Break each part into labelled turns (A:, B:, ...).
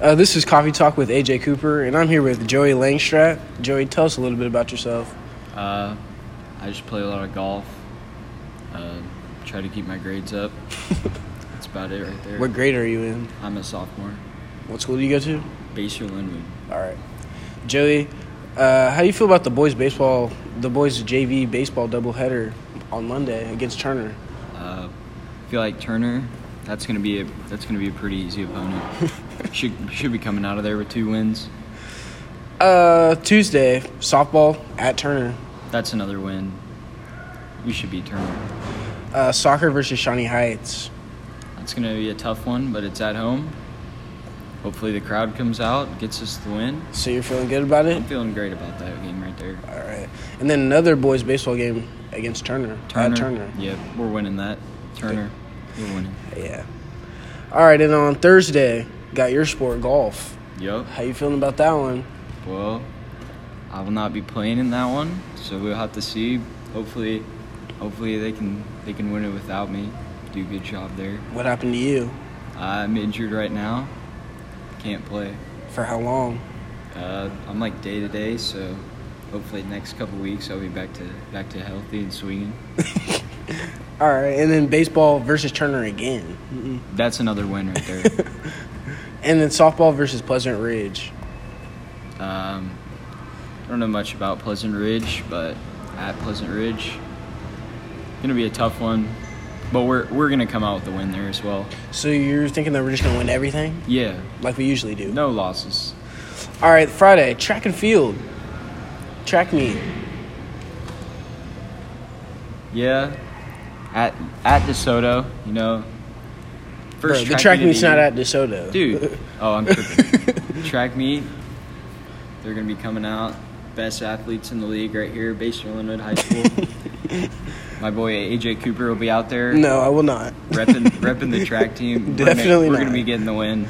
A: Uh, this is Coffee Talk with AJ Cooper, and I'm here with Joey Langstrat. Joey, tell us a little bit about yourself.
B: Uh, I just play a lot of golf. Uh, try to keep my grades up. That's about it right there.
A: What grade are you in?
B: I'm a sophomore.
A: What school do you go to?
B: Baser Linwood.
A: All right, Joey, uh, how do you feel about the boys' baseball, the boys' JV baseball doubleheader on Monday against Turner?
B: Uh, I feel like Turner. That's gonna be a that's gonna be a pretty easy opponent. should should be coming out of there with two wins.
A: Uh, Tuesday, softball at Turner.
B: That's another win. We should beat Turner.
A: Uh, soccer versus Shawnee Heights.
B: That's gonna be a tough one, but it's at home. Hopefully the crowd comes out, gets us the win.
A: So you're feeling good about it?
B: I'm feeling great about that game right there.
A: All right, and then another boys' baseball game against Turner. At Turner.
B: Yeah, we're winning that. Turner. We're winning.
A: Yeah. All right, and on Thursday, got your sport golf.
B: Yup.
A: How you feeling about that one?
B: Well, I will not be playing in that one, so we'll have to see. Hopefully, hopefully they can they can win it without me. Do a good job there.
A: What happened to you?
B: I'm injured right now. Can't play.
A: For how long?
B: Uh, I'm like day to day, so hopefully next couple weeks I'll be back to back to healthy and swinging.
A: All right, and then baseball versus Turner again,
B: That's another win right there.
A: and then softball versus Pleasant Ridge.
B: um, I don't know much about Pleasant Ridge, but at Pleasant Ridge, gonna be a tough one. But we're we're gonna come out with the win there as well.
A: So you're thinking that we're just gonna win everything
B: Yeah,
A: like we usually do?
B: no losses.
A: All right, Friday track and field, track meet.
B: Yeah, at at DeSoto, you know.
A: Bro,
B: First
A: the track
B: meet of
A: meet's
B: the
A: not
B: year.
A: at DeSoto,
B: Dude, oh, I'm tripping. track meet. They're gonna be coming out. Best athletes in the league right here, based in Linwood High School. My boy AJ Cooper will be out there,
A: No, I will not.
B: repping repping the track team. We're gonna-
A: Definitely
B: we're
A: not.
B: gonna be getting the win.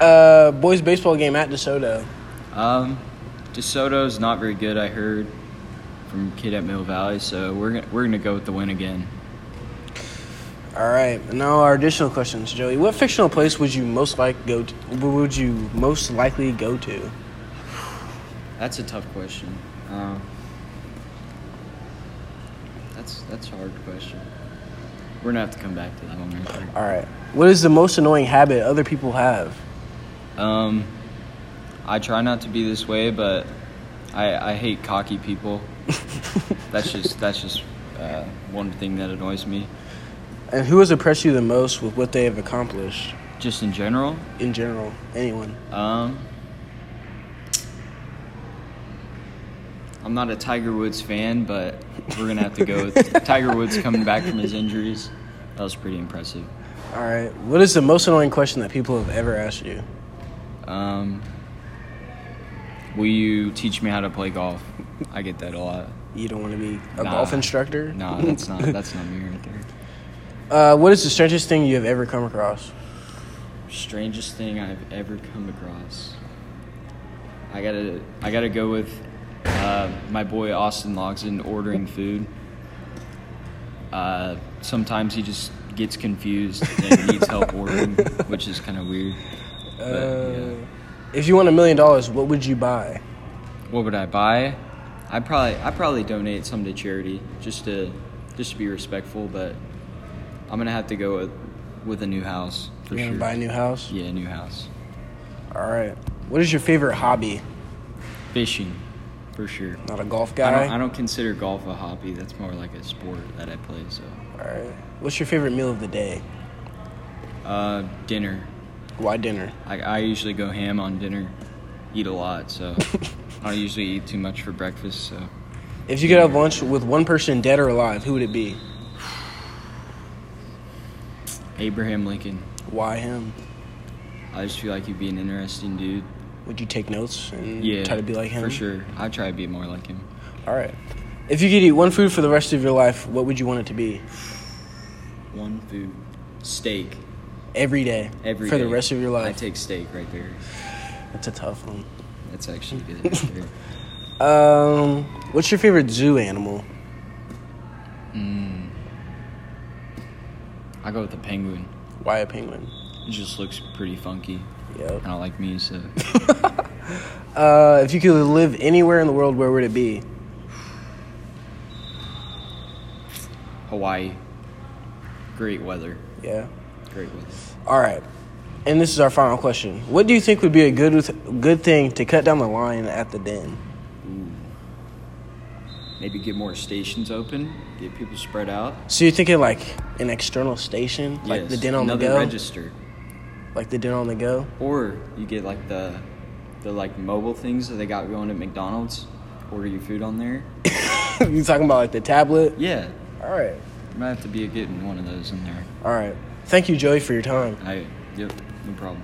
A: Uh, boys baseball game at DeSoto.
B: Um, DeSoto's not very good, I heard, from kid at Mill Valley. So we're gonna, we're gonna go with the win again.
A: All right, now our additional questions, Joey. What fictional place would you most like go? To, would you most likely go to?
B: That's a tough question. Um, that's that's a hard question. We're gonna have to come back to that one. Right there.
A: All right. What is the most annoying habit other people have?
B: Um, I try not to be this way, but I I hate cocky people. that's just that's just uh, one thing that annoys me.
A: And who has impressed you the most with what they have accomplished
B: Just in general.
A: in general? Anyone?
B: Um, I'm not a Tiger Woods fan, but we're gonna have to go with Tiger Woods coming back from his injuries. That was pretty impressive.
A: All right. What is the most annoying question that people have ever asked you?
B: Um, will you teach me how to play golf? I get that a lot.
A: You don't want to be a
B: Nah.
A: golf instructor?
B: Nah, that's not that's not me right there.
A: Uh, what is the strangest thing you have ever come across?
B: Strangest thing I've ever come across. I gotta I gotta go with uh, my boy Austin Logsdon ordering food. Uh, sometimes he just gets confused and needs help ordering, which is kind of weird. But,
A: Uh,
B: yeah.
A: if you won a million dollars, what would you buy?
B: What would I buy? I probably I probably donate some to charity just to just to be respectful, but I'm gonna have to go with with a new house for
A: You're
B: sure.
A: gonna buy a new house.
B: yeah, new house.
A: All right. What is your favorite hobby?
B: Fishing, for sure.
A: Not a golf
B: I
A: guy.
B: don't, I don't consider golf a hobby. That's more like a sport that I play. So,
A: All right. What's your favorite meal of the day?
B: uh, dinner.
A: Why dinner?
B: I, I usually go ham on dinner. Eat a lot, so I don't usually eat too much for breakfast. So,
A: If you could have lunch with one person, dead or alive, who would it be?
B: Abraham Lincoln.
A: Why him?
B: I just feel like he'd be an interesting dude.
A: Would you take notes and
B: Yeah,
A: try to be like him?
B: for sure. I try to be more like him.
A: All right. If you could eat one food for the rest of your life, what would you want it to be?
B: One food, steak
A: Every day.
B: every
A: for the
B: day.
A: rest of your
B: I
A: life.
B: take steak right there.
A: That's a tough one.
B: That's actually good. Right there.
A: Um, what's your favorite zoo animal?
B: I go with the penguin.
A: Why a penguin?
B: It just looks pretty funky.
A: Yep.
B: I don't like me, so
A: Uh, if you could live anywhere in the world, where would it be?
B: Hawaii. Great weather.
A: Yeah.
B: Great weather.
A: All right. And this is our final question. What do you think would be a good with, good thing to cut down the line at the den?
B: Maybe get more stations open, get people spread out.
A: So you're thinking like an external station, like
B: Yes,
A: the den on the
B: another
A: go,
B: register.
A: like the den on the go.
B: Or you get like the the like mobile things that they got going at McDonald's. Order your food on there.
A: you talking about like the tablet?
B: Yeah.
A: All right.
B: There might have to be a getting one of those in there.
A: All right. Thank you, Joey, for your time.
B: I yep, no problem.